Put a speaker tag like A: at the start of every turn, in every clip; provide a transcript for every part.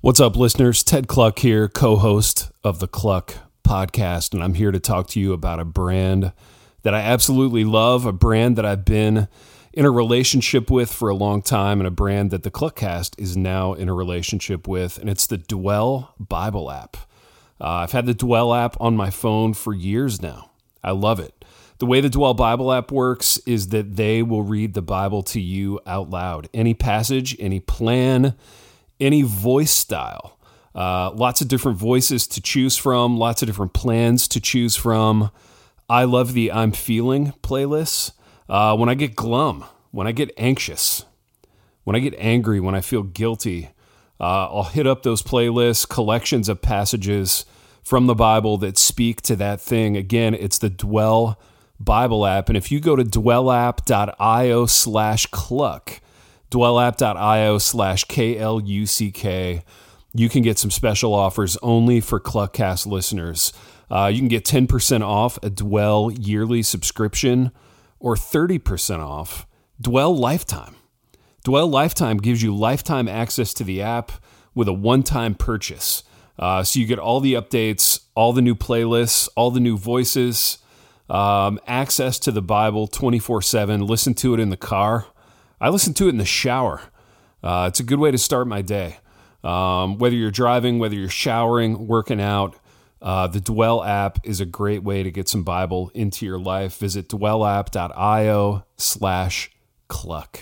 A: What's up, listeners? Ted Cluck here, co host of the Cluck podcast, and I'm here to talk to you about a brand that I absolutely love, a brand that I've been in a relationship with for a long time, and a brand that the Cluckcast is now in a relationship with, and it's the Dwell Bible app. Uh, I've had the Dwell app on my phone for years now. I love it. The way the Dwell Bible app works is that they will read the Bible to you out loud. Any passage, any plan, any voice style. Uh, lots of different voices to choose from, lots of different plans to choose from. I love the I'm Feeling playlists. Uh, when I get glum, when I get anxious, when I get angry, when I feel guilty, uh, I'll hit up those playlists, collections of passages from the Bible that speak to that thing. Again, it's the Dwell Bible app. And if you go to dwellapp.io slash cluck, dwellapp.io slash K-L-U-C-K. You can get some special offers only for Cluckcast listeners. Uh, you can get 10% off a Dwell yearly subscription or 30% off Dwell Lifetime. Dwell Lifetime gives you lifetime access to the app with a one time purchase. Uh, so you get all the updates, all the new playlists, all the new voices, um, access to the Bible 24 7. Listen to it in the car. I listen to it in the shower. Uh, it's a good way to start my day. Um, whether you're driving, whether you're showering, working out, uh, the Dwell app is a great way to get some Bible into your life. Visit dwellapp.io slash cluck.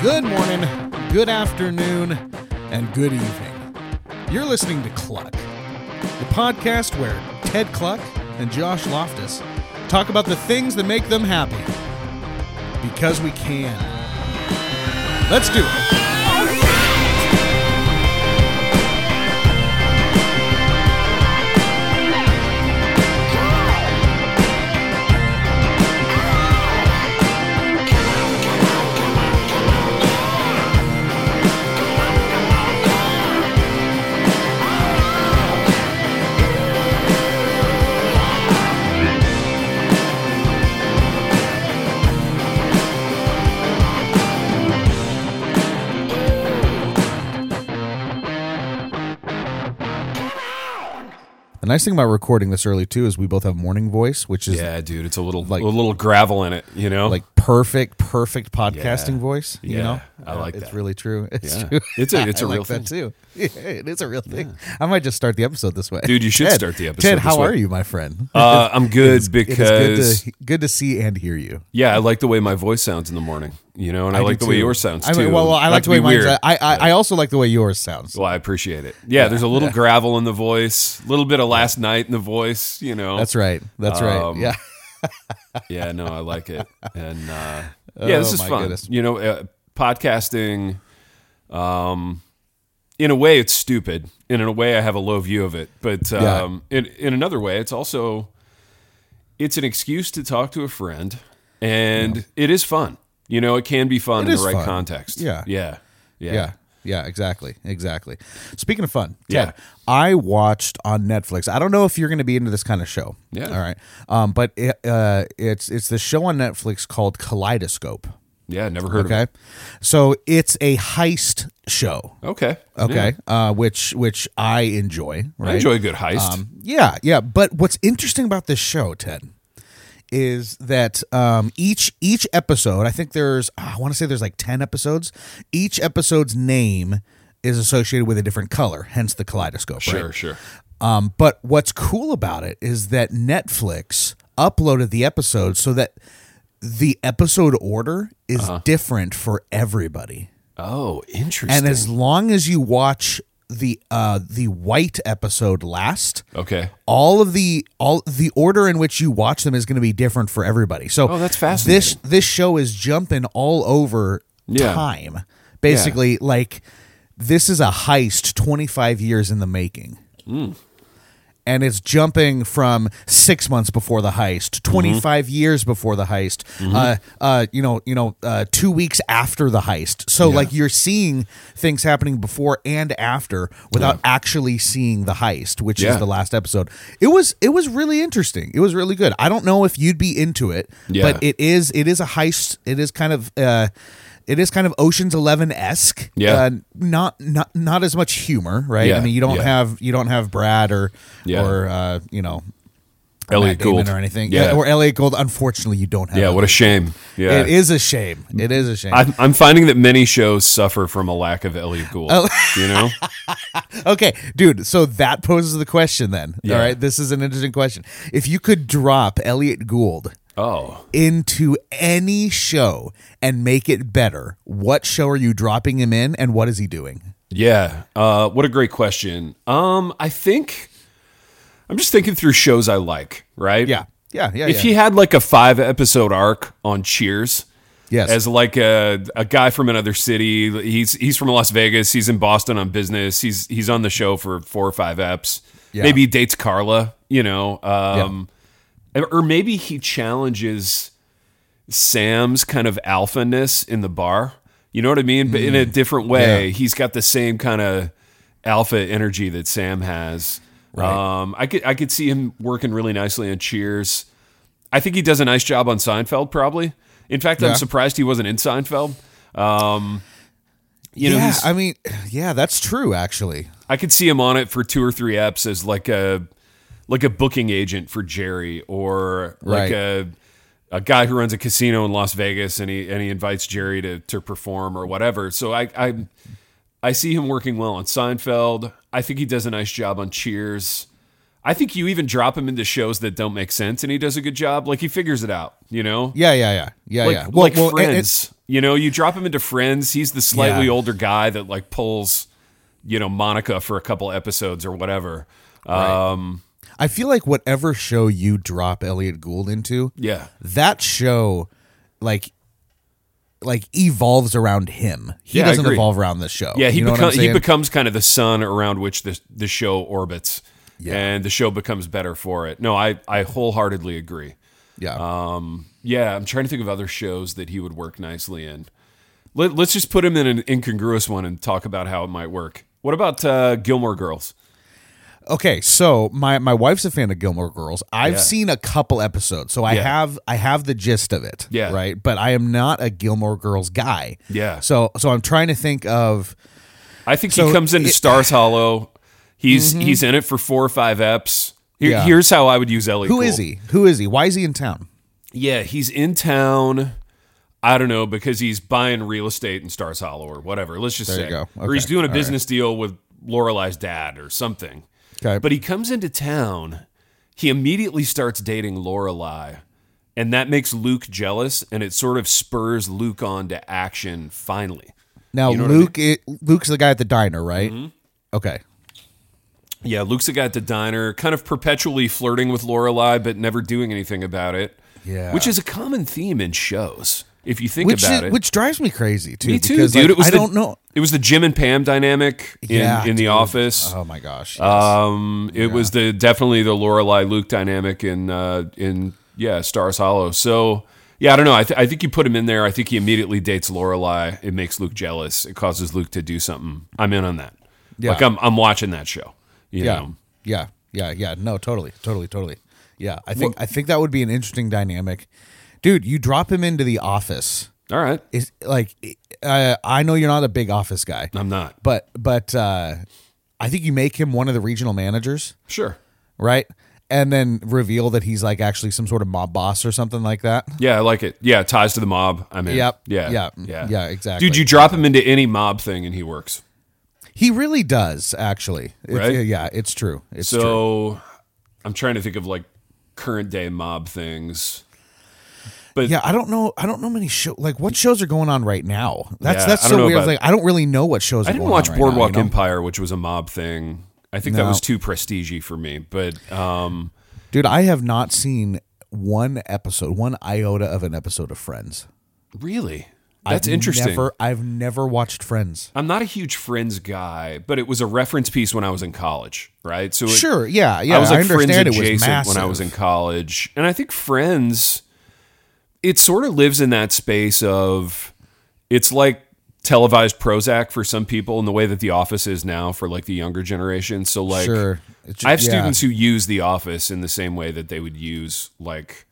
B: Good morning, good afternoon, and good evening. You're listening to Cluck, the podcast where Ted Cluck and Josh Loftus talk about the things that make them happy. Because we can. Let's do it. The nice thing about recording this early, too, is we both have morning voice, which is
A: Yeah, dude, it's a little
B: Like-
A: a little gravel in it, you know.
B: like perfect, perfect podcasting
A: Yeah.
B: voice. You
A: Yeah,
B: know?
A: I like
B: it's
A: that.
B: really true. It's
A: Yeah.
B: true.
A: It's a- it's
B: I
A: a
B: like
A: real
B: that too. Yeah, it is a real thing. I might just start the episode this way.
A: Dude, you should
B: Ted,
A: start the episode
B: Ted,
A: this
B: how
A: way.
B: are you, my friend?
A: uh, I'm good
B: It is
A: because
B: good to, good to see and hear you.
A: yeah, I like the way my voice sounds in the morning, you know, and I, like the way yours sounds
B: I
A: too.
B: mean, well, well, I
A: Not
B: like
A: to
B: the way
A: be
B: mine's. uh,
A: weird.
B: I, I, I also like the way yours sounds.
A: Well, I appreciate it. Yeah, there's a little gravel in the voice, a little bit of last night in the voice, you know.
B: That's right. That's right.
A: Um,
B: Yeah.
A: yeah, no, I like it. And uh, yeah, this
B: Oh,
A: is
B: my
A: fun.
B: goodness.
A: You know, uh, podcasting. Um, in a way, it's stupid, and in a way, I have a low view of it. But
B: Yeah.
A: um, in in another way, it's also it's an excuse to talk to a friend, and it is fun. You know, it can be fun
B: It
A: in
B: is
A: the right
B: fun.
A: context.
B: Yeah.
A: yeah, yeah.
B: Yeah. yeah. exactly. Exactly. Speaking of fun,
A: Yeah.
B: Ted, I watched on Netflix. I don't know if you're going to be into this kind of show.
A: Yeah.
B: All right. Um, but it, uh, it's it's the show on Netflix called Kaleidoscope.
A: Yeah, Never heard
B: Okay.
A: of
B: So it's a heist show.
A: it. Okay, Yeah.
B: Okay. Uh, which which I enjoy. Right.
A: I enjoy a good heist.
B: Um, yeah, yeah. But what's interesting about this show, Ted, is that um, each each episode, I think there's, ah, I want to say there's like ten episodes. Each episode's name is associated with a different color, hence the kaleidoscope.
A: sure,
B: Right?
A: sure.
B: Um, but what's cool about it is that Netflix uploaded the episode so that the episode order is
A: Uh-huh.
B: different for everybody.
A: Oh, interesting.
B: And as long as you watch the uh, the white episode last,
A: okay.
B: all of the all the order in which you watch them is going to be different for everybody. So
A: Oh, that's fascinating.
B: This this show is jumping all over
A: Yeah.
B: time. Basically, like this is a heist 25 years in the making. and it's jumping from six months before the heist,
A: Mm-hmm.
B: twenty years before the heist, uh, uh, you know, you know, uh, two weeks after the heist. So like you're seeing things happening before and after without actually seeing the heist, which
A: Yeah.
B: is the last episode. It was it was really interesting. It was really good. I don't know if you'd be into it,
A: Yeah.
B: but it is it is a heist. It is kind of. Uh, it is kind of Ocean's Eleven esque,
A: Yeah.
B: Uh, not not not as much humor, right?
A: Yeah,
B: I mean, you don't
A: yeah.
B: have you don't have Brad or
A: Yeah.
B: or uh, you know
A: Elliot
B: Matt Damon
A: Gould
B: or anything.
A: Yeah,
B: Yeah. or Elliot Gold. Unfortunately, you don't have.
A: yeah. What a shame. Yeah,
B: It is a shame. It is a shame.
A: I'm, I'm finding that many shows suffer from a lack of Elliot Gould.
B: Oh.
A: you know,
B: okay, dude. So that poses the question then.
A: Yeah.
B: All right, this is an interesting question. If you could drop Elliot Gould
A: oh,
B: into any show and make it better, what show are you dropping him in, and what is he doing?
A: Yeah. Uh, what a great question. Um, I think I'm just thinking through shows I like, right?
B: Yeah, yeah, yeah.
A: If
B: yeah.
A: he had like a five episode arc on Cheers,
B: yes,
A: as like a, a guy from another city, he's he's from Las Vegas, he's in Boston on business, he's he's on the show for four or five eps.
B: Yeah.
A: Maybe he dates Carla, you know. Um or maybe he challenges Sam's kind of alphaness in the bar. You know what I mean? But in a
B: Mm.
A: different way. He's got the same kind of alpha energy that Sam has. Um, I could I could see him working really nicely on Cheers. I think he does a nice job on Seinfeld. Probably. In fact,
B: Yeah.
A: I'm surprised he wasn't in Seinfeld. Um, you know,
B: yeah.
A: he's-
B: I mean, yeah, that's true. Actually,
A: I could see him on it for two or three eps as like a like a booking agent for Jerry or like
B: Right.
A: a a guy who runs a casino in Las Vegas and he and he invites Jerry to to perform or whatever. So I I I see him working well on Seinfeld. I think he does a nice job on Cheers. I think you even drop him into shows that don't make sense and he does a good job. Like he figures it out, you know?
B: yeah, yeah, yeah, yeah,
A: like,
B: yeah.
A: like
B: well, and- and-
A: friends. you know, you drop him into friends. He's the slightly
B: Yeah.
A: older guy that like pulls, you know, Monica for a couple episodes or whatever. Um,
B: I feel like whatever show you drop Elliot Gould into,
A: yeah,
B: that show like like evolves around him. He
A: Yeah, I
B: doesn't
A: agree.
B: evolve around the show.
A: yeah. He
B: you know what I'm
A: becomes he
B: saying?
A: becomes kind of the sun around which the the show orbits,
B: Yeah.
A: and the show becomes better for it. No, I I wholeheartedly agree.
B: yeah.
A: uh, Yeah, I'm trying to think of other shows that he would work nicely in. Let, let's just put him in an incongruous one and talk about how it might work. What about uh, Gilmore Girls?
B: okay, so my my wife's a fan of Gilmore Girls. I've
A: Yeah.
B: seen a couple episodes, so I
A: Yeah.
B: have I have the gist of it.
A: Yeah.
B: Right. But I am not a Gilmore Girls guy.
A: Yeah.
B: So so I'm trying to think of
A: I think he
B: So
A: comes into
B: it- Mm-hmm.
A: Stars Hollow. He's he's in it for four or five eps. Here,
B: Yeah.
A: Here's how I would use Ellie.
B: who is he? Who is he? Why is he in town?
A: Yeah, he's in town. I don't know because he's buying real estate in Stars Hollow or whatever. Let's just
B: There
A: say,
B: you go.
A: or he's
B: Okay.
A: doing a
B: All
A: business deal with Lorelai's dad or something.
B: Okay.
A: But he comes into town. He immediately starts dating Lorelai, and that makes Luke jealous, and it sort of spurs Luke on to action. Finally,
B: now Luke i- Luke's the guy at the diner, right?
A: Mm-hmm.
B: Okay.
A: Yeah, Luke's a guy at the diner, kind of perpetually flirting with Lorelai, but never doing anything about it.
B: Yeah.
A: which is a common theme in shows. If you think
B: Which
A: about
B: is-
A: it,
B: which drives me crazy too.
A: me too,
B: because,
A: dude.
B: like,
A: it was
B: I
A: the-
B: don't know.
A: It was the Jim and Pam dynamic in,
B: Yeah,
A: in the
B: dude.
A: office.
B: Oh my gosh.
A: Um, it was the definitely the Lorelai Luke dynamic in uh, in yeah Stars Hollow. So yeah, I don't know. I, th- I think you put him in there. I think he immediately dates Lorelai. It makes Luke jealous. It causes Luke to do something. I'm in on that.
B: Yeah.
A: Like I'm I'm watching that show. You
B: yeah.
A: know?
B: Yeah. Yeah. Yeah. No, totally. Totally. Totally. Yeah. I think I think that would be an interesting dynamic. Dude, you drop him into the office.
A: All right.
B: Is like uh, I know you're not a big office guy,
A: I'm not.
B: but but uh, I think you make him one of the regional managers,
A: Sure.
B: right? And then reveal that he's like actually some sort of mob boss or something like that.
A: Yeah, I like it. Yeah, ties to the mob. I mean,
B: Yep.
A: Yeah.
B: Yeah. Yeah, exactly.
A: Dude, you drop him into any mob thing and he works.
B: He really does actually. It's-
A: Right?
B: Yeah, it's true. It's
A: So
B: true.
A: I'm trying to think of like current day mob things. But
B: Yeah, I don't know. I don't know many show. Like, what shows are going on right now? That's
A: Yeah,
B: that's
A: I don't know
B: so weird.
A: about-
B: Like, I don't really know what shows.
A: I
B: are
A: didn't
B: going
A: watch
B: on right
A: Boardwalk
B: now, you know?
A: Empire, which was a mob thing. I think that
B: No.
A: was too prestige for me. But um,
B: dude. I have not seen one episode, one iota of an episode of Friends.
A: really, That's
B: I've
A: interesting.
B: Never, I've never watched Friends.
A: I'm not a huge Friends guy, but it was a reference piece when I was in college, right? So it,
B: Sure, yeah, yeah.
A: I was like Friends
B: understand it was
A: adjacent
B: massive.
A: when I was in college, and I think Friends, it sort of lives in that space of it's like televised Prozac for some people, in the way that The Office is now for like the younger generation. So like,
B: sure. It's ju-
A: I have
B: yeah.
A: students who use The Office in the same way that they would use like.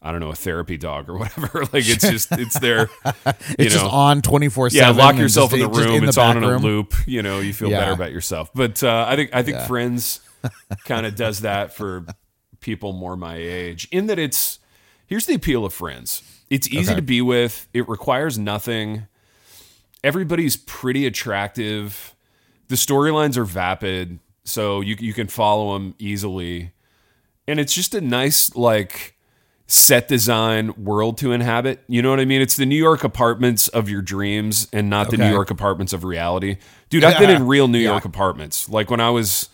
A: I don't know a therapy dog or whatever. Like it's just it's their, you
B: It's
A: know,
B: just on twenty four
A: yeah,
B: seven.
A: lock yourself in the
B: just
A: room.
B: the
A: it's on
B: back
A: in a
B: room.
A: loop. You know, you feel
B: Yeah.
A: better about yourself. But uh, I think I think
B: Yeah.
A: Friends kind of does that for people more my age. In that it's here's the appeal of Friends. It's easy
B: Okay.
A: to be with. It requires nothing. Everybody's pretty attractive. The storylines are vapid, so you you can follow them easily, and it's just a nice like set design world to inhabit. You know what I mean? It's the New York apartments of your dreams and not the
B: Okay.
A: New York apartments of reality. Dude, I've been in real New York apartments. Like when I was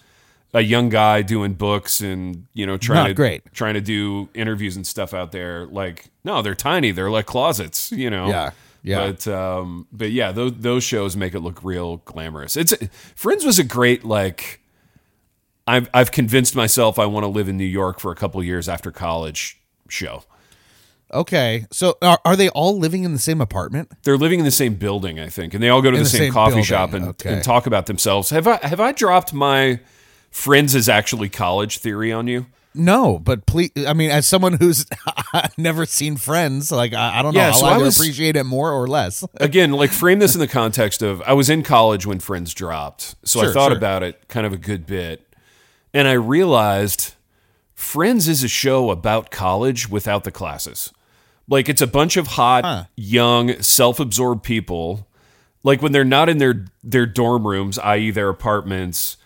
A: a young guy doing books and, you know, trying
B: Not
A: to
B: great.
A: trying to do interviews and stuff out there. Like, no, they're tiny. They're like closets, you know.
B: Yeah, yeah.
A: Oh. But um but yeah, those those shows make it look real glamorous. It's Friends was a great like I've I've convinced myself I want to live in New York for a couple years after college show.
B: Okay, so are, are they all living in the same apartment?
A: They're living in the same building, I think, and they all go to the,
B: the
A: same,
B: same
A: coffee
B: building,
A: shop and,
B: okay.
A: and talk about themselves. Have I have I dropped my friends is actually college theory on you?
B: No, but please. I mean, as someone who's never seen Friends, like I, I don't
A: Yeah,
B: know, I'll
A: so I
B: either
A: was-
B: appreciate it more or less.
A: Again, like frame this in the context of I was in college when Friends dropped, so I
B: Sure,
A: thought
B: sure.
A: about it kind of a good bit, and I realized Friends is a show about college without the classes. Like it's a bunch of hot, young, self-absorbed people. Like when they're not in their their dorm rooms, i.e., their apartments,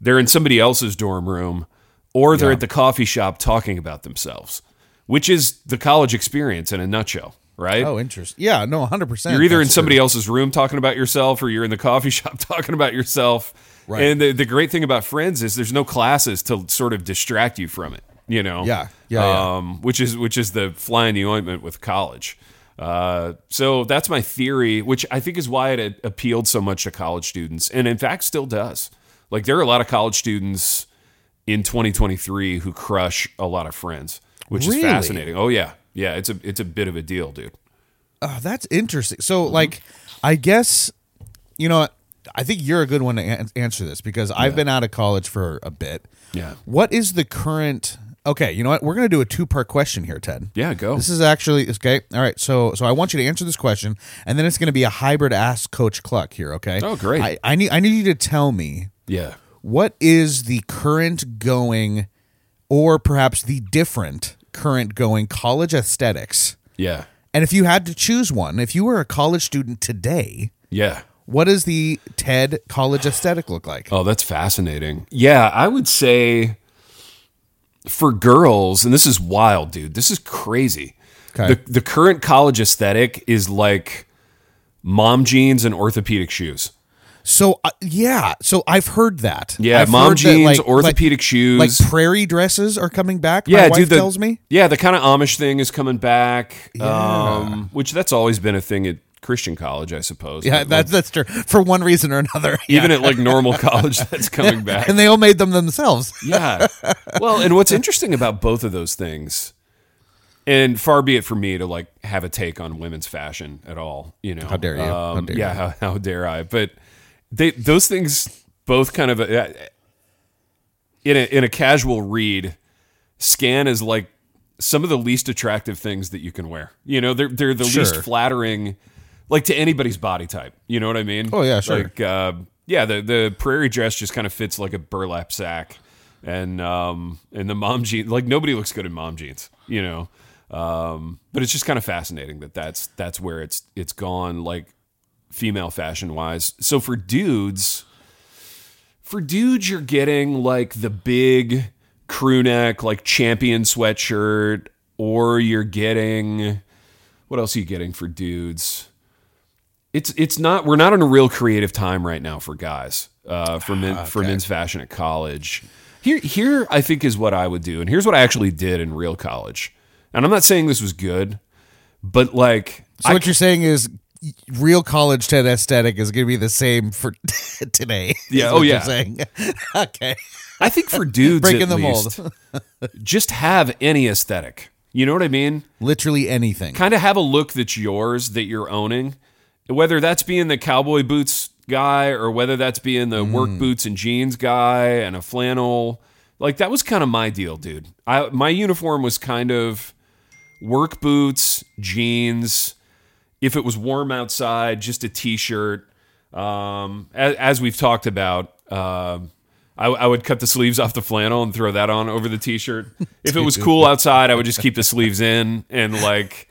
A: they're in somebody else's dorm room, or they're at the coffee shop talking about themselves, which is the college experience in a nutshell, right?
B: Oh, interesting. Yeah, no, hundred percent.
A: You're either in somebody else's room talking about yourself or you're in the coffee shop talking about yourself.
B: Right.
A: And the, the great thing about friends is there's no classes to sort of distract you from it, you know?
B: Yeah, yeah, yeah.
A: Um, Which is which is the fly in the ointment with college. Uh, so that's my theory, which I think is why it had appealed so much to college students, and in fact still does. Like there are a lot of college students in 2023 who crush a lot of friends, which
B: Really?
A: is fascinating. Oh yeah, yeah, it's a it's a bit of a deal, dude.
B: Oh, that's interesting. So,
A: Mm-hmm.
B: like, I guess you know, I think you're a good one to an- answer this because I've been out of college for a bit.
A: Yeah.
B: What is the current? Okay, you know what? We're gonna do a two part question here, Ted.
A: Yeah, go.
B: This is actually okay. All right, so so I want you to answer this question, and then it's gonna be a hybrid ask Coach Cluck here. Okay.
A: Oh, great.
B: I, I need I need you to tell me
A: yeah.
B: what is the current going, or perhaps the different current going college aesthetics.
A: Yeah.
B: And if you had to choose one, if you were a college student today,
A: Yeah.
B: what does the TED college aesthetic look like?
A: Oh, that's fascinating. Yeah, I would say for girls, and this is wild, dude. This is crazy.
B: Okay.
A: The the current college aesthetic is like mom jeans and orthopedic shoes.
B: So uh, yeah, so I've heard that.
A: Yeah,
B: I've
A: mom
B: heard
A: jeans,
B: like-
A: orthopedic shoes.
B: like, like prairie dresses are coming back.
A: yeah,
B: my wife
A: dude. The,
B: tells me.
A: Yeah, the kind of Amish thing is coming back. Um, which that's always been a thing at Christian college, I suppose.
B: Yeah,
A: But, like,
B: that's that's true for one reason or another. Yeah.
A: even at like normal college, that's coming back.
B: and they all made them themselves.
A: yeah. Well, and what's interesting about both of those things, and far be it for me to like have a take on women's fashion at all, you know. How
B: dare you. How dare
A: yeah, How, how dare I? But they those things both kind of uh, in a in a casual read, scan is like some of the least attractive things that you can wear. You know, they're they're the
B: Sure.
A: least flattering, like to anybody's body type. You know what I mean?
B: Oh, yeah, sure.
A: Like, uh, yeah, the the prairie dress just kind of fits like a burlap sack, and um and the mom jeans. Like nobody looks good in mom jeans. You know. Um, but it's just kind of fascinating that that's that's where it's it's gone. Like female fashion wise. So for dudes, for dudes, you're getting like the big crew neck, like champion sweatshirt, or you're getting what else are you getting for dudes? It's it's not we're not in a real creative time right now for guys uh, for
B: Ah,
A: men for men's fashion at college. Here here I think is what I would do, and here's what I actually did in real college. And I'm not saying this was good, but like
B: So what you're saying is real college Ted aesthetic is going to be the same for today. is
A: Yeah, oh,
B: what you're
A: yeah.
B: saying. okay.
A: I think for dudes,
B: Breaking
A: at
B: the
A: least, just have any aesthetic. You know what I mean?
B: Literally anything.
A: Kind of have a look that's yours that you're owning, whether that's being the cowboy boots guy or whether that's being the work boots and jeans guy and a flannel. Like that was kind of my deal, dude. I my uniform was kind of work boots, jeans. If it was warm outside, just a t-shirt. Um, as, as we've talked about, um, I, I would cut the sleeves off the flannel and throw that on over the t-shirt. If it was cool outside, I would just keep the sleeves in and like,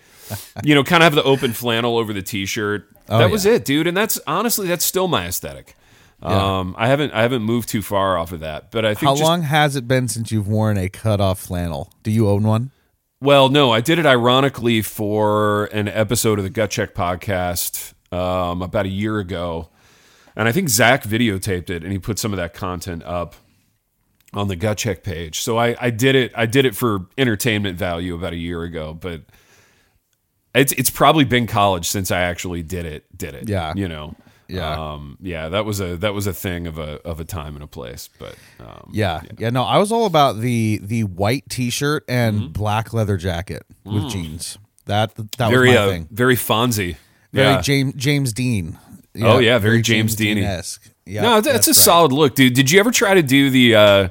A: you know, kind of have the open flannel over the t-shirt. that was it, dude. And that's honestly, that's still my aesthetic. Um, I haven't, I haven't moved too far off of that, but I think
B: How
A: just-
B: long has it been since you've worn a cut off flannel? Do you own one?
A: Well, no, I did it ironically for an episode of the Gut Check podcast um, about a year ago. And I think Zach videotaped it and he put some of that content up on the Gut Check page. So I, I did it I did it for entertainment value about a year ago, but it's it's probably been college since I actually did it did it.
B: Yeah.
A: You know.
B: Yeah.
A: Um, yeah, that was a that was a thing of a of a time and a place. But um,
B: Yeah. yeah. no, I was all about the the white t shirt and
A: Mm-hmm.
B: black leather jacket with jeans. That that was
A: Mm. very
B: my
A: uh,
B: thing.
A: very Fonzie.
B: Very
A: yeah.
B: James James Dean.
A: Oh, yeah, very James Dean-y.
B: esque. Yeah,
A: No, that's, a
B: right.
A: solid look, dude. Did you ever try to do the? Uh,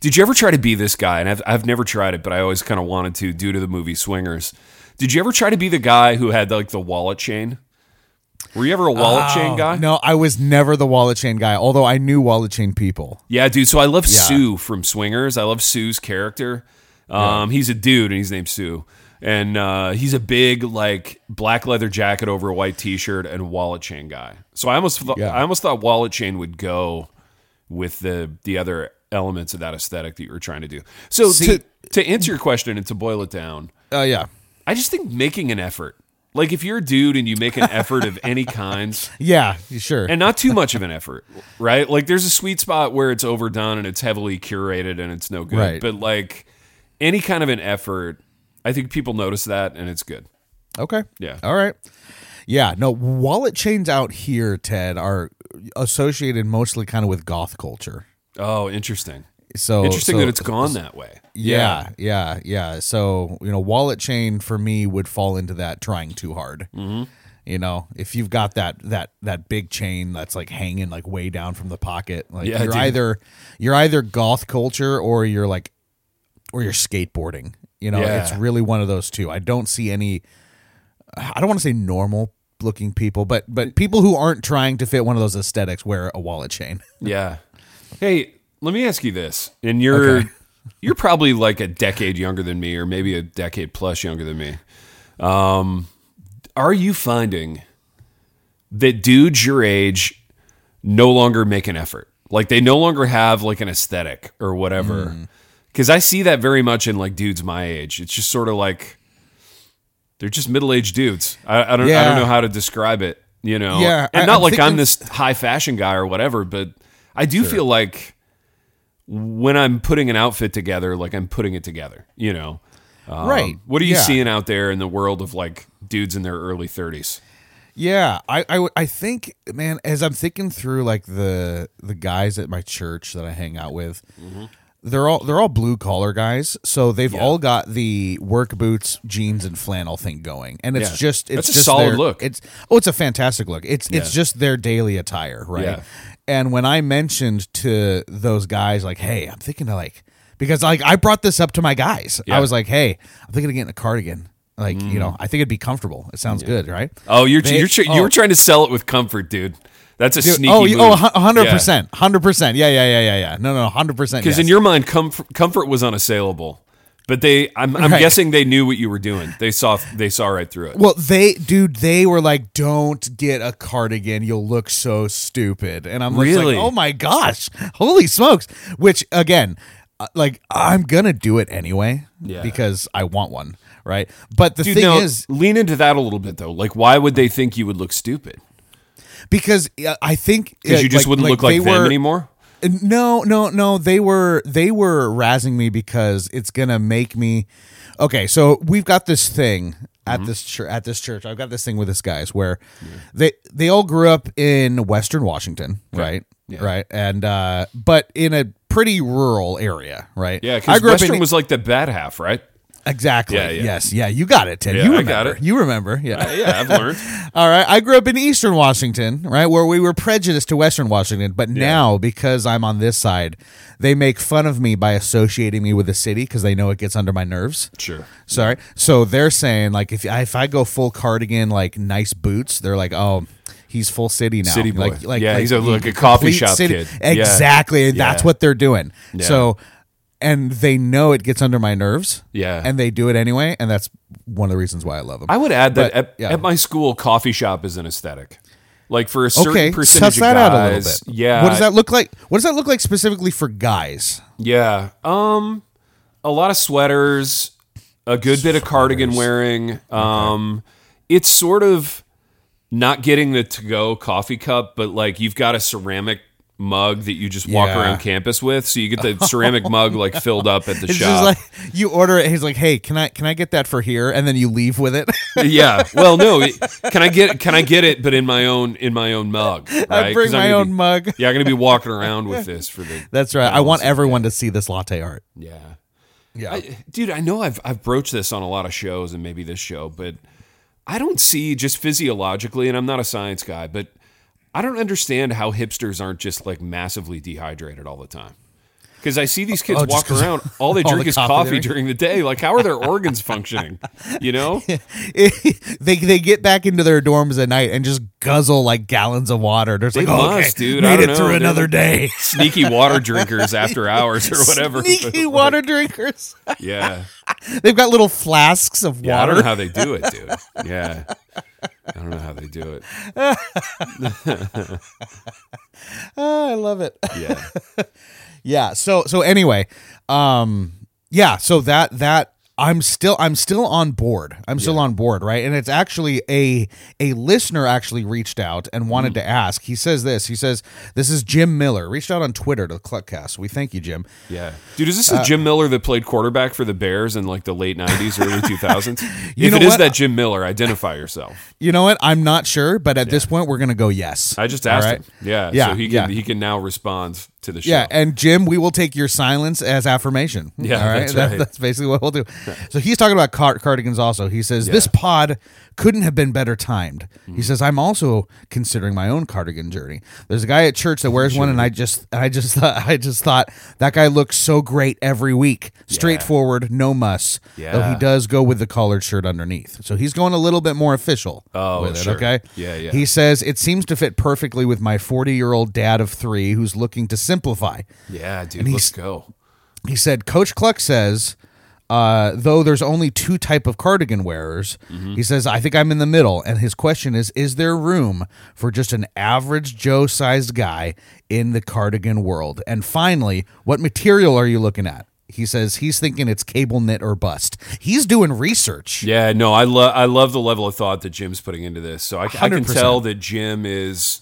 A: did you ever try to be this guy? And I've I've never tried it, but I always kind of wanted to due to the movie Swingers. Did you ever try to be the guy who had like the wallet chain? Were you ever a wallet chain guy?
B: Oh, No, I was never the wallet chain guy, although I knew wallet chain people.
A: Yeah, dude. So I love Sue from Swingers. I love Sue's character. Um, He's a dude, and he's named Sue. And uh, he's a big like black leather jacket over a white T-shirt and wallet chain guy. So I almost thought
B: Yeah.
A: I almost thought wallet chain would go with the the other elements of that aesthetic that you were trying to do. So
B: See-
A: to to answer your question and to boil it down,
B: Oh yeah.
A: I just think making an effort. Like if you're a dude and you make an effort of any kind,
B: Yeah, you sure.
A: and not too much of an effort, right? Like there's a sweet spot where it's overdone and it's heavily curated and it's no good.
B: Right.
A: But like any kind of an effort, I think people notice that and it's good.
B: okay.
A: Yeah.
B: All right. Yeah, no, wallet chains out here, Ted, are associated mostly kind of with goth culture.
A: Oh, interesting.
B: So
A: Interesting
B: so-
A: that it's gone that way.
B: Yeah, yeah, yeah. So, you know, wallet chain for me would fall into that trying too hard. Mm-hmm. You know, if you've got that that that big chain that's like hanging like way down from the pocket, like
A: Yeah,
B: you're
A: dude.
B: either you're either goth culture or you're like or you're skateboarding. You know,
A: Yeah.
B: it's really one of those two. I don't see any I don't want to say normal looking people, but but people who aren't trying to fit one of those aesthetics wear a wallet chain.
A: Yeah. Hey, let me ask you this. And you're
B: Okay.
A: you're probably like a decade younger than me or maybe a decade plus younger than me. Um are you finding that dudes your age no longer make an effort? Like they no longer have like an aesthetic or whatever.
B: Hmm.
A: Cuz I see that very much in like dudes my age. It's just sort of like they're just middle-aged dudes. I, I don't I don't
B: Yeah.
A: know how to describe it, you know.
B: Yeah,
A: and
B: I-
A: not
B: I'm
A: like I'm
B: thinking-
A: this high fashion guy or whatever, but I do feel like when I'm putting an outfit together, like I'm putting it together, you know. Um,
B: Right.
A: What are you
B: Yeah.
A: seeing out there in the world of like dudes in their early 30s?
B: Yeah, I, I would- I think man, as I'm thinking through like the the guys at my church that I hang out with,
A: Mm-hmm.
B: they're all they're all blue collar guys, so they've all got the work boots, jeans, and flannel thing going, and it's
A: Yeah.
B: just it's
A: That's a
B: just
A: solid
B: their-
A: look.
B: It's oh, it's a fantastic look. It's it's
A: Yeah.
B: just their daily attire, right?
A: Yeah.
B: And when I mentioned to those guys, like, hey, I'm thinking of like because like I brought this up to my guys,
A: Yeah. Mm.
B: I was like, hey, I'm thinking of getting a cardigan. Like you know, I think it'd be comfortable. It sounds good, right?
A: Oh, you're
B: They-
A: you're tr-
B: oh.
A: you were trying to sell it with comfort, dude. That's a sneaky
B: oh,
A: move.
B: you- oh, hu- 100%. 100%. Yeah, yeah, yeah, yeah, yeah. No, no, 100%.
A: Because
B: Yes.
A: in your mind, comfort, comfort was unassailable, but they I'm, I'm
B: Right.
A: guessing they knew what you were doing. They saw they saw right through it.
B: well, they, dude, they were like, don't get a cardigan. You'll look so stupid. And I'm just
A: Really?
B: like, oh my gosh. Holy smokes. Which, again, uh, like, I'm going to do it anyway
A: Yeah.
B: because I want one. Right. But the
A: Dude,
B: thing
A: now,
B: is,
A: lean into that a little bit though. Like, why would they think you would look stupid?
B: because uh, I think.
A: Because you just wouldn't look like
B: they
A: them
B: were-
A: anymore.
B: No, no, no. They were they were razzing me because it's gonna make me. Okay, so we've got this thing at
A: Mm-hmm.
B: this chur- at this church. I've got this thing with this guys where they they all grew up in Western Washington, right?
A: Yeah.
B: Right, and uh, but in a pretty rural area, right?
A: Yeah,
B: I
A: because
B: grew
A: Western
B: up in E-
A: was like the bad half, right?
B: exactly.
A: Yeah, yeah.
B: Yes, yeah, you got it, Ted.
A: Yeah,
B: you
A: I
B: remember?
A: got it.
B: You remember? Yeah.
A: Yeah, I've learned.
B: All right. I grew up in Eastern Washington, right, where we were prejudiced to Western Washington. But now, because I'm on this side, they make fun of me by associating me with the city because they know it gets under my nerves.
A: Sure.
B: Sorry. So they're saying like if I, if I go full cardigan, like nice boots, they're like, oh, he's full city now.
A: City boy.
B: Like, like
A: Yeah,
B: like,
A: he's a- like a
B: complete
A: coffee shop kid. Yeah.
B: Exactly. And that's
A: Yeah.
B: what they're doing.
A: Yeah.
B: So, and they know it gets under my nerves.
A: Yeah.
B: And they do it anyway, and that's one of the reasons why I love them.
A: I would add that
B: But,
A: at,
B: yeah.
A: at my school, coffee shop is an aesthetic. Like for a certain percentage
B: suss
A: of
B: that
A: guys,
B: out a little bit.
A: yeah,
B: What does that look like? What does that look like specifically for guys?
A: Yeah. Um a lot of sweaters, a good bit of cardigan wearing. Um it's sort of not getting the to go coffee cup, but like you've got a ceramic mug that you just walk
B: Yeah.
A: around campus with. So you get the ceramic mug like filled up at the
B: It's
A: shop.
B: just like you order it. He's like, "Hey, can I can I get that for here?" And then you leave with it.
A: yeah. Well, no, it- can I get can I get it but in my own in my own mug, right?
B: I bring
A: 'Cause I'm
B: my
A: gonna
B: own
A: be-
B: mug.
A: Yeah, I'm going to be walking around with this for the
B: That's right. I want everyone to see this latte art.
A: Yeah.
B: Yeah.
A: I, dude, I know I've I've broached this on a lot of shows and maybe this show, but I don't see just physiologically, and I'm not a science guy, but I don't understand how hipsters aren't just like massively dehydrated all the time. Because I see these kids
B: Oh, just
A: walk
B: 'cause-
A: around, all they
B: all
A: drink
B: the
A: is
B: coffee
A: coffee
B: they drink?
A: during the day. Like, how are their organs functioning? You know?
B: they they get back into their dorms at night and just guzzle like gallons of water. They're just
A: They
B: like, oh,
A: must,
B: okay,
A: dude. I
B: Made
A: don't
B: it
A: know.
B: through
A: They're
B: another
A: like-
B: day.
A: Sneaky water drinkers after hours or whatever.
B: Sneaky water drinkers.
A: Yeah.
B: They've got little flasks of
A: Yeah, I
B: water.
A: don't know how they do it, dude. Yeah. I don't know how they do it.
B: Oh, I love it.
A: Yeah.
B: Yeah. So so anyway, um yeah, so that that I'm still I'm still on board. I'm still on board, right? And it's actually a a listener actually reached out and
A: Mm.
B: wanted to ask. He says this. He says, This is Jim Miller. Reached out on Twitter to the Cluckcast. We thank you, Jim.
A: Yeah, dude, is this
B: Uh,
A: the Jim Miller that played quarterback for the Bears in like the late '90s, early 2000s?
B: You
A: if
B: know
A: it is
B: what?
A: that Jim Miller, identify yourself.
B: You know what? I'm not sure, but at this point we're gonna go yes.
A: I just
B: All
A: asked
B: right?
A: him. Yeah,
B: Yeah,
A: so he
B: yeah.
A: can he can now respond to the show.
B: Yeah, and Jim, we will take your silence as affirmation.
A: Yeah, that's
B: That-
A: right.
B: that's basically what we'll do. So he's talking about car- cardigans. Also, he says this pod couldn't have been better timed.
A: Mm-hmm.
B: He says I'm also considering my own cardigan journey. There's a guy at church that wears one, and I just, I just, thought, I just thought that guy looks so great every week. Straightforward, no muss. Though
A: Yeah.
B: he does go with the collared shirt underneath, so he's going a little bit more official.
A: Oh,
B: with it,
A: sure.
B: okay.
A: Yeah, yeah.
B: He says it seems to fit perfectly with my 40 year old dad of three who's looking to simplify.
A: yeah, dude, let's go.
B: He said, Coach Cluck says, uh, though there's only two type of cardigan wearers,
A: Mm-hmm.
B: he says, I think I'm in the middle. And his question is, is there room for just an average Joe sized guy in the cardigan world? And finally, what material are you looking at? He says he's thinking it's cable knit or bust. He's doing research.
A: Yeah, no, I love I love the level of thought that Jim's putting into this. So I, I can
B: 100%.
A: tell that Jim is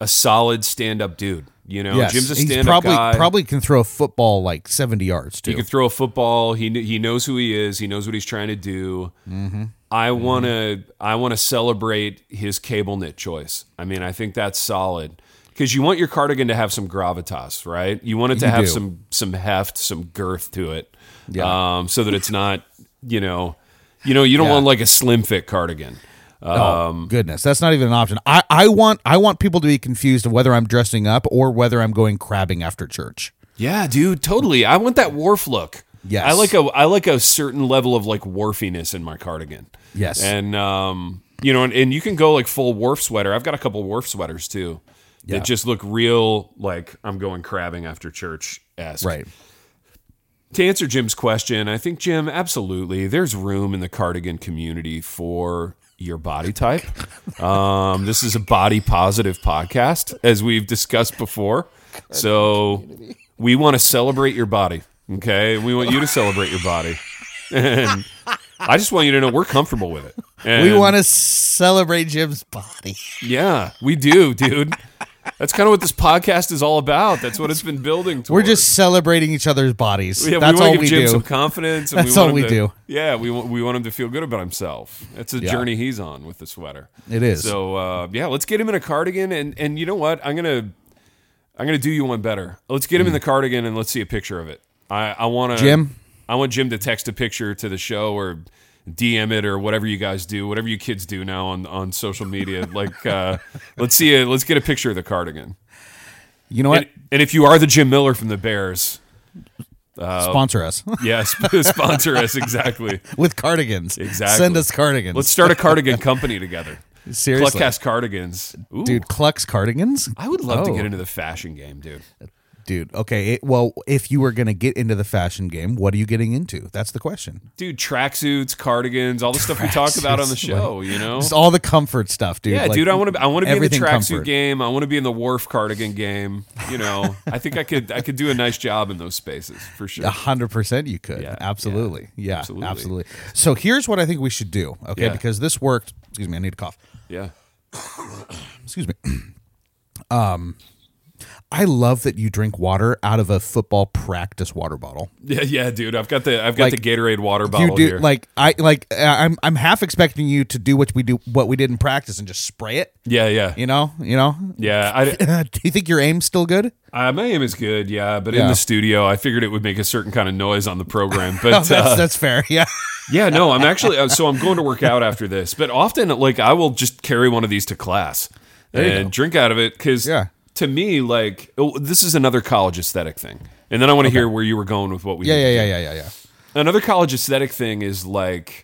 A: a solid stand-up dude. You know,
B: Yes,
A: Jim's a
B: he's
A: stand-up
B: probably
A: guy.
B: probably can throw a football like seventy yards too.
A: He can throw a football. He kn- he knows who he is. He knows what he's trying to do.
B: Mm-hmm.
A: I want to I want to celebrate his cable knit choice. I mean, I think that's solid because you want your cardigan to have some gravitas, right? You want it to
B: You
A: have
B: do.
A: some some heft, some girth to it,
B: Yeah.
A: um, so that it's not you know, you know, you don't
B: Yeah.
A: want like a slim fit cardigan.
B: Oh
A: Um,
B: goodness, that's not even an option. I, I want I want people to be confused of whether I'm dressing up or whether I'm going crabbing after church.
A: Yeah, dude, totally. I want that wharf look.
B: Yes.
A: I like a I like a certain level of like wharfiness in my cardigan.
B: Yes.
A: And um you know, and, and you can go like full wharf sweater. I've got a couple wharf sweaters too
B: Yeah.
A: that just look real like I'm going crabbing after church esque.
B: Right.
A: To answer Jim's question, I think Jim, absolutely, there's room in the cardigan community for your body type. Um, this is a body positive podcast, as we've discussed before. So we want to celebrate your body. Okay, we want you to celebrate your body, and I just want you to know we're comfortable with it.
B: We
A: And-
B: want to celebrate Jim's body.
A: yeah, we do, dude. That's kind of what this podcast is all about. That's what it's been building. Toward.
B: We're just celebrating each other's bodies.
A: Yeah,
B: That's
A: we want
B: all
A: to give
B: we
A: Jim
B: do.
A: some confidence. And
B: That's
A: we
B: all
A: want him
B: we
A: to,
B: do.
A: Yeah, we want, we want him to feel good about himself. It's a journey he's on with the sweater.
B: It is.
A: So uh, yeah, let's get him in a cardigan, and and you know what? I'm gonna I'm gonna do you one better. Let's get him in the cardigan, and let's see a picture of it. I I want to
B: Mm. Jim?
A: I want Jim to text a picture to the show or DM it or whatever you guys do, whatever you kids do now on on social media. like uh, let's see, a, let's get a picture of the cardigan.
B: you know
A: And,
B: what?
A: and if you are the Jim Miller from the Bears, oh.
B: Sponsor us
A: yes, sponsor us exactly.
B: with cardigans.
A: Exactly.
B: Send us cardigans.
A: Let's start a cardigan company together.
B: Seriously.
A: Cluckcast cardigans. Ooh,
B: Dude, Cluck's cardigans?
A: I would love to
B: Oh.
A: get into the fashion game, dude.
B: Dude, okay. It, well, if you were going to get into the fashion game, what are you getting into? That's the question.
A: Dude, tracksuits, cardigans, all the stuff we talk about on the
B: Tracksuits,
A: show, you know?
B: Just all the comfort stuff, dude.
A: Yeah,
B: Like,
A: dude, I want to I want to be in the
B: everything
A: tracksuit
B: comfort.
A: game. I want to be in the wharf cardigan game, you know. I think I could I could do a nice job in those spaces for sure.
B: A hundred percent, you could.
A: Yeah,
B: absolutely. Yeah,
A: absolutely.
B: absolutely. So here's what I think we should do. Okay,
A: Yeah.
B: because this worked. Excuse me, I need to cough.
A: Yeah.
B: Excuse me. um, I love that you drink water out of a football practice water bottle.
A: Yeah, yeah, dude. I've got the I've got
B: Like,
A: the Gatorade water bottle
B: You do
A: here.
B: like I like uh, I'm I'm half expecting you to do what we do what we did in practice and just spray it.
A: yeah, yeah.
B: You know, you know.
A: Yeah, I,
B: do you think your aim's still good?
A: Uh, my aim is good, yeah, but in
B: Yeah.
A: the studio, I figured it would make a certain kind of noise on the program. But
B: Oh, that's
A: uh,
B: that's fair. Yeah.
A: yeah, no, I'm actually uh, so I'm going to work out after this. But often, like I will just carry one of these to class and drink out of it because
B: Yeah.
A: to me, like oh, this is another college aesthetic thing. And then I want to hear where you were going with what we.
B: Yeah,
A: did.
B: yeah, yeah, yeah, yeah, yeah.
A: Another college aesthetic thing is like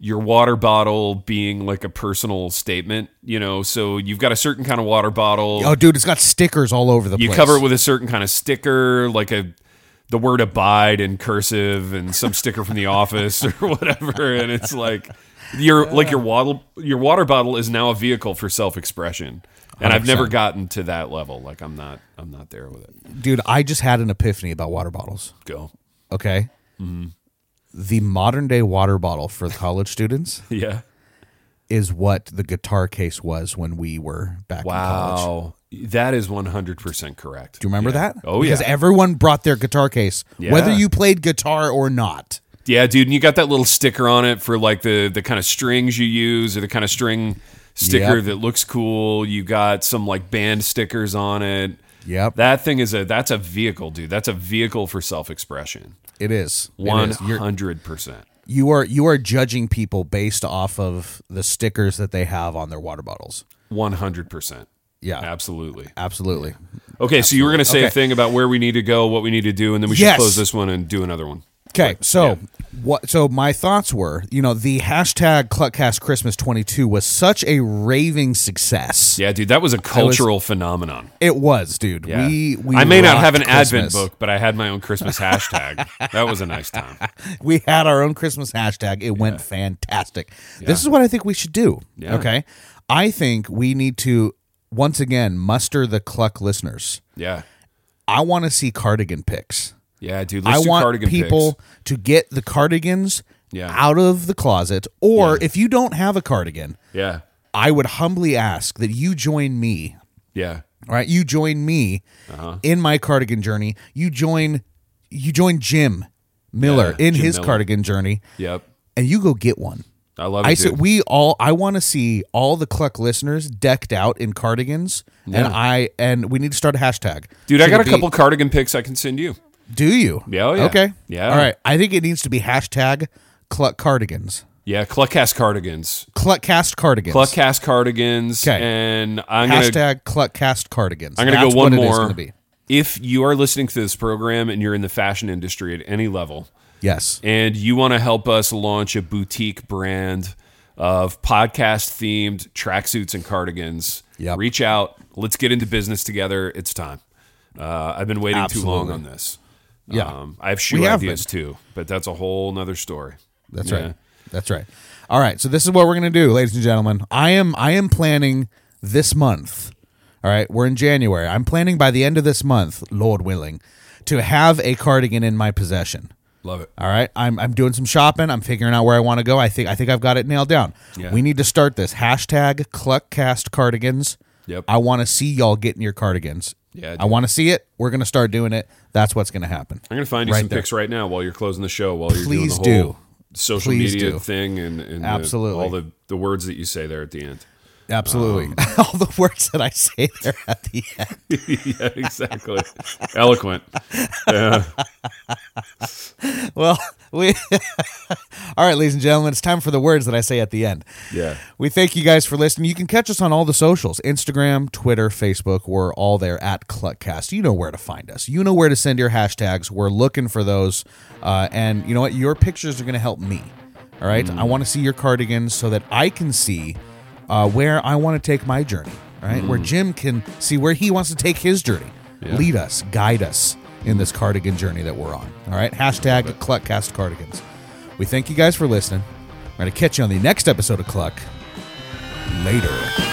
A: your water bottle being like a personal statement, you know. So you've got a certain kind of water bottle.
B: Oh, dude, it's got stickers all over the
A: You
B: place.
A: cover it with a certain kind of sticker, like a the word abide in cursive and some sticker from the office or whatever. And it's like your like your waddle your water bottle is now a vehicle for self expression. And I've never gotten to that level. Like I'm not I'm not there with it.
B: dude. I just had an epiphany about water bottles.
A: Go.
B: okay the modern day water bottle for college students
A: Yeah.
B: is what the guitar case was when we were back in college
A: Wow. That is one hundred percent correct.
B: do you remember
A: Yeah.
B: that
A: Oh
B: because
A: yeah.
B: everyone brought their guitar case whether
A: Yeah.
B: you played guitar or not
A: yeah, dude, and you got that little sticker on it for like the the kind of strings you use or the kind of string sticker
B: Yep.
A: that looks cool. You got some like band stickers on it.
B: yep
A: That thing is a that's a vehicle, dude. That's a vehicle for self expression.
B: it is It
A: One
B: is. You're-
A: hundred percent.
B: you are you are judging people based off of the stickers that they have on their water bottles
A: One hundred percent.
B: Yeah.
A: Absolutely.
B: absolutely
A: Okay, so you were gonna say a
B: Okay.
A: thing about where we need to go, what we need to do, and then we should
B: Yes.
A: close this one and do another one.
B: Okay, so what? So my thoughts were, you know, the hashtag Cluckcast Christmas twenty two was such a raving success.
A: Yeah, dude, that was a cultural phenomenon.
B: It was, dude.
A: Yeah.
B: We, we
A: I may not have an
B: rocked
A: advent
B: Christmas.
A: book, but I had my own Christmas hashtag. that was a nice time.
B: We had our own Christmas hashtag. It went fantastic. This is what I think we should do.
A: Yeah.
B: Okay, I think we need to once again muster the Cluck listeners.
A: Yeah.
B: I want to see cardigan picks.
A: Yeah, dude. Let's
B: I
A: do
B: want
A: cardigan
B: people
A: picks.
B: to get the cardigans
A: Yeah.
B: out of the closet, or if you don't have a cardigan.
A: Yeah.
B: I would humbly ask that you join me.
A: Yeah.
B: All right, you join me
A: Uh-huh.
B: in my cardigan journey. You join, you join Jim Miller
A: Yeah,
B: in
A: Jim
B: his
A: Miller.
B: cardigan journey,
A: Yep.
B: and you go get one.
A: I love it.
B: I
A: dude.
B: said we all. I want to see all the Cluck listeners decked out in cardigans, and I and we need to start a hashtag.
A: dude, I
B: Should
A: got a
B: it be-
A: couple cardigan picks I can send you.
B: Do you?
A: Yeah, oh, yeah.
B: Okay.
A: Yeah.
B: All right. I think it needs to be hashtag Cluck cardigans,
A: Yeah, Cluckcast cardigans.
B: Cluckcast cardigans,
A: Cluckcast cardigans.
B: 'Kay.
A: And I'm gonna
B: hashtag Cluckcast cardigans.
A: I'm gonna
B: That's
A: go one
B: what It is
A: more.
B: gonna be.
A: If you are listening to this program and you're in the fashion industry at any level,
B: Yes.
A: and you want to help us launch a boutique brand of podcast themed tracksuits and cardigans,
B: Yep.
A: reach out. Let's get into business together. It's time. Uh, I've been waiting too long
B: Absolutely.
A: on this. Um,
B: Yeah.
A: I have shoe
B: We have
A: ideas too, but that's a whole nother story.
B: That's
A: Yeah.
B: right. That's right. All right. So this is what we're gonna do, ladies and gentlemen. I am I am planning this month. All right, we're in January. I'm planning by the end of this month, Lord willing, to have a cardigan in my possession.
A: Love it.
B: All right. I'm I'm doing some shopping. I'm figuring out where I want to go. I think I think I've got it nailed down.
A: Yeah.
B: We need to start this. Hashtag Cluckcast cardigans.
A: Yep.
B: I want to see y'all getting your cardigans.
A: Yeah, dude.
B: I want to see it. We're going to start doing it. That's what's going to happen.
A: I'm gonna find you
B: Right
A: some
B: there.
A: pics right now while you're closing the show. While you're
B: Please
A: doing the
B: do.
A: whole social
B: Please
A: media
B: do.
A: thing and, and the-
B: Absolutely.
A: all the the words that you say there at the end.
B: Absolutely.
A: Um,
B: All the words that I say there at the end.
A: yeah, exactly. Eloquent.
B: Well, we All right, ladies and gentlemen, it's time for the words that I say at the end.
A: Yeah.
B: We thank you guys for listening. You can catch us on all the socials Instagram, Twitter, Facebook. We're all there at Cluckcast. You know where to find us. You know where to send your hashtags. We're looking for those. Uh, and you know what? Your pictures are going to help me. All right. I want to see your cardigans so that I can see uh, where I want to take my journey. All right. Where Jim can see where he wants to take his journey. Lead us, guide us in this cardigan journey that we're on. All right. Hashtag Cluckcast Cardigans. We thank you guys for listening. We're going to catch you on the next episode of Cluck later.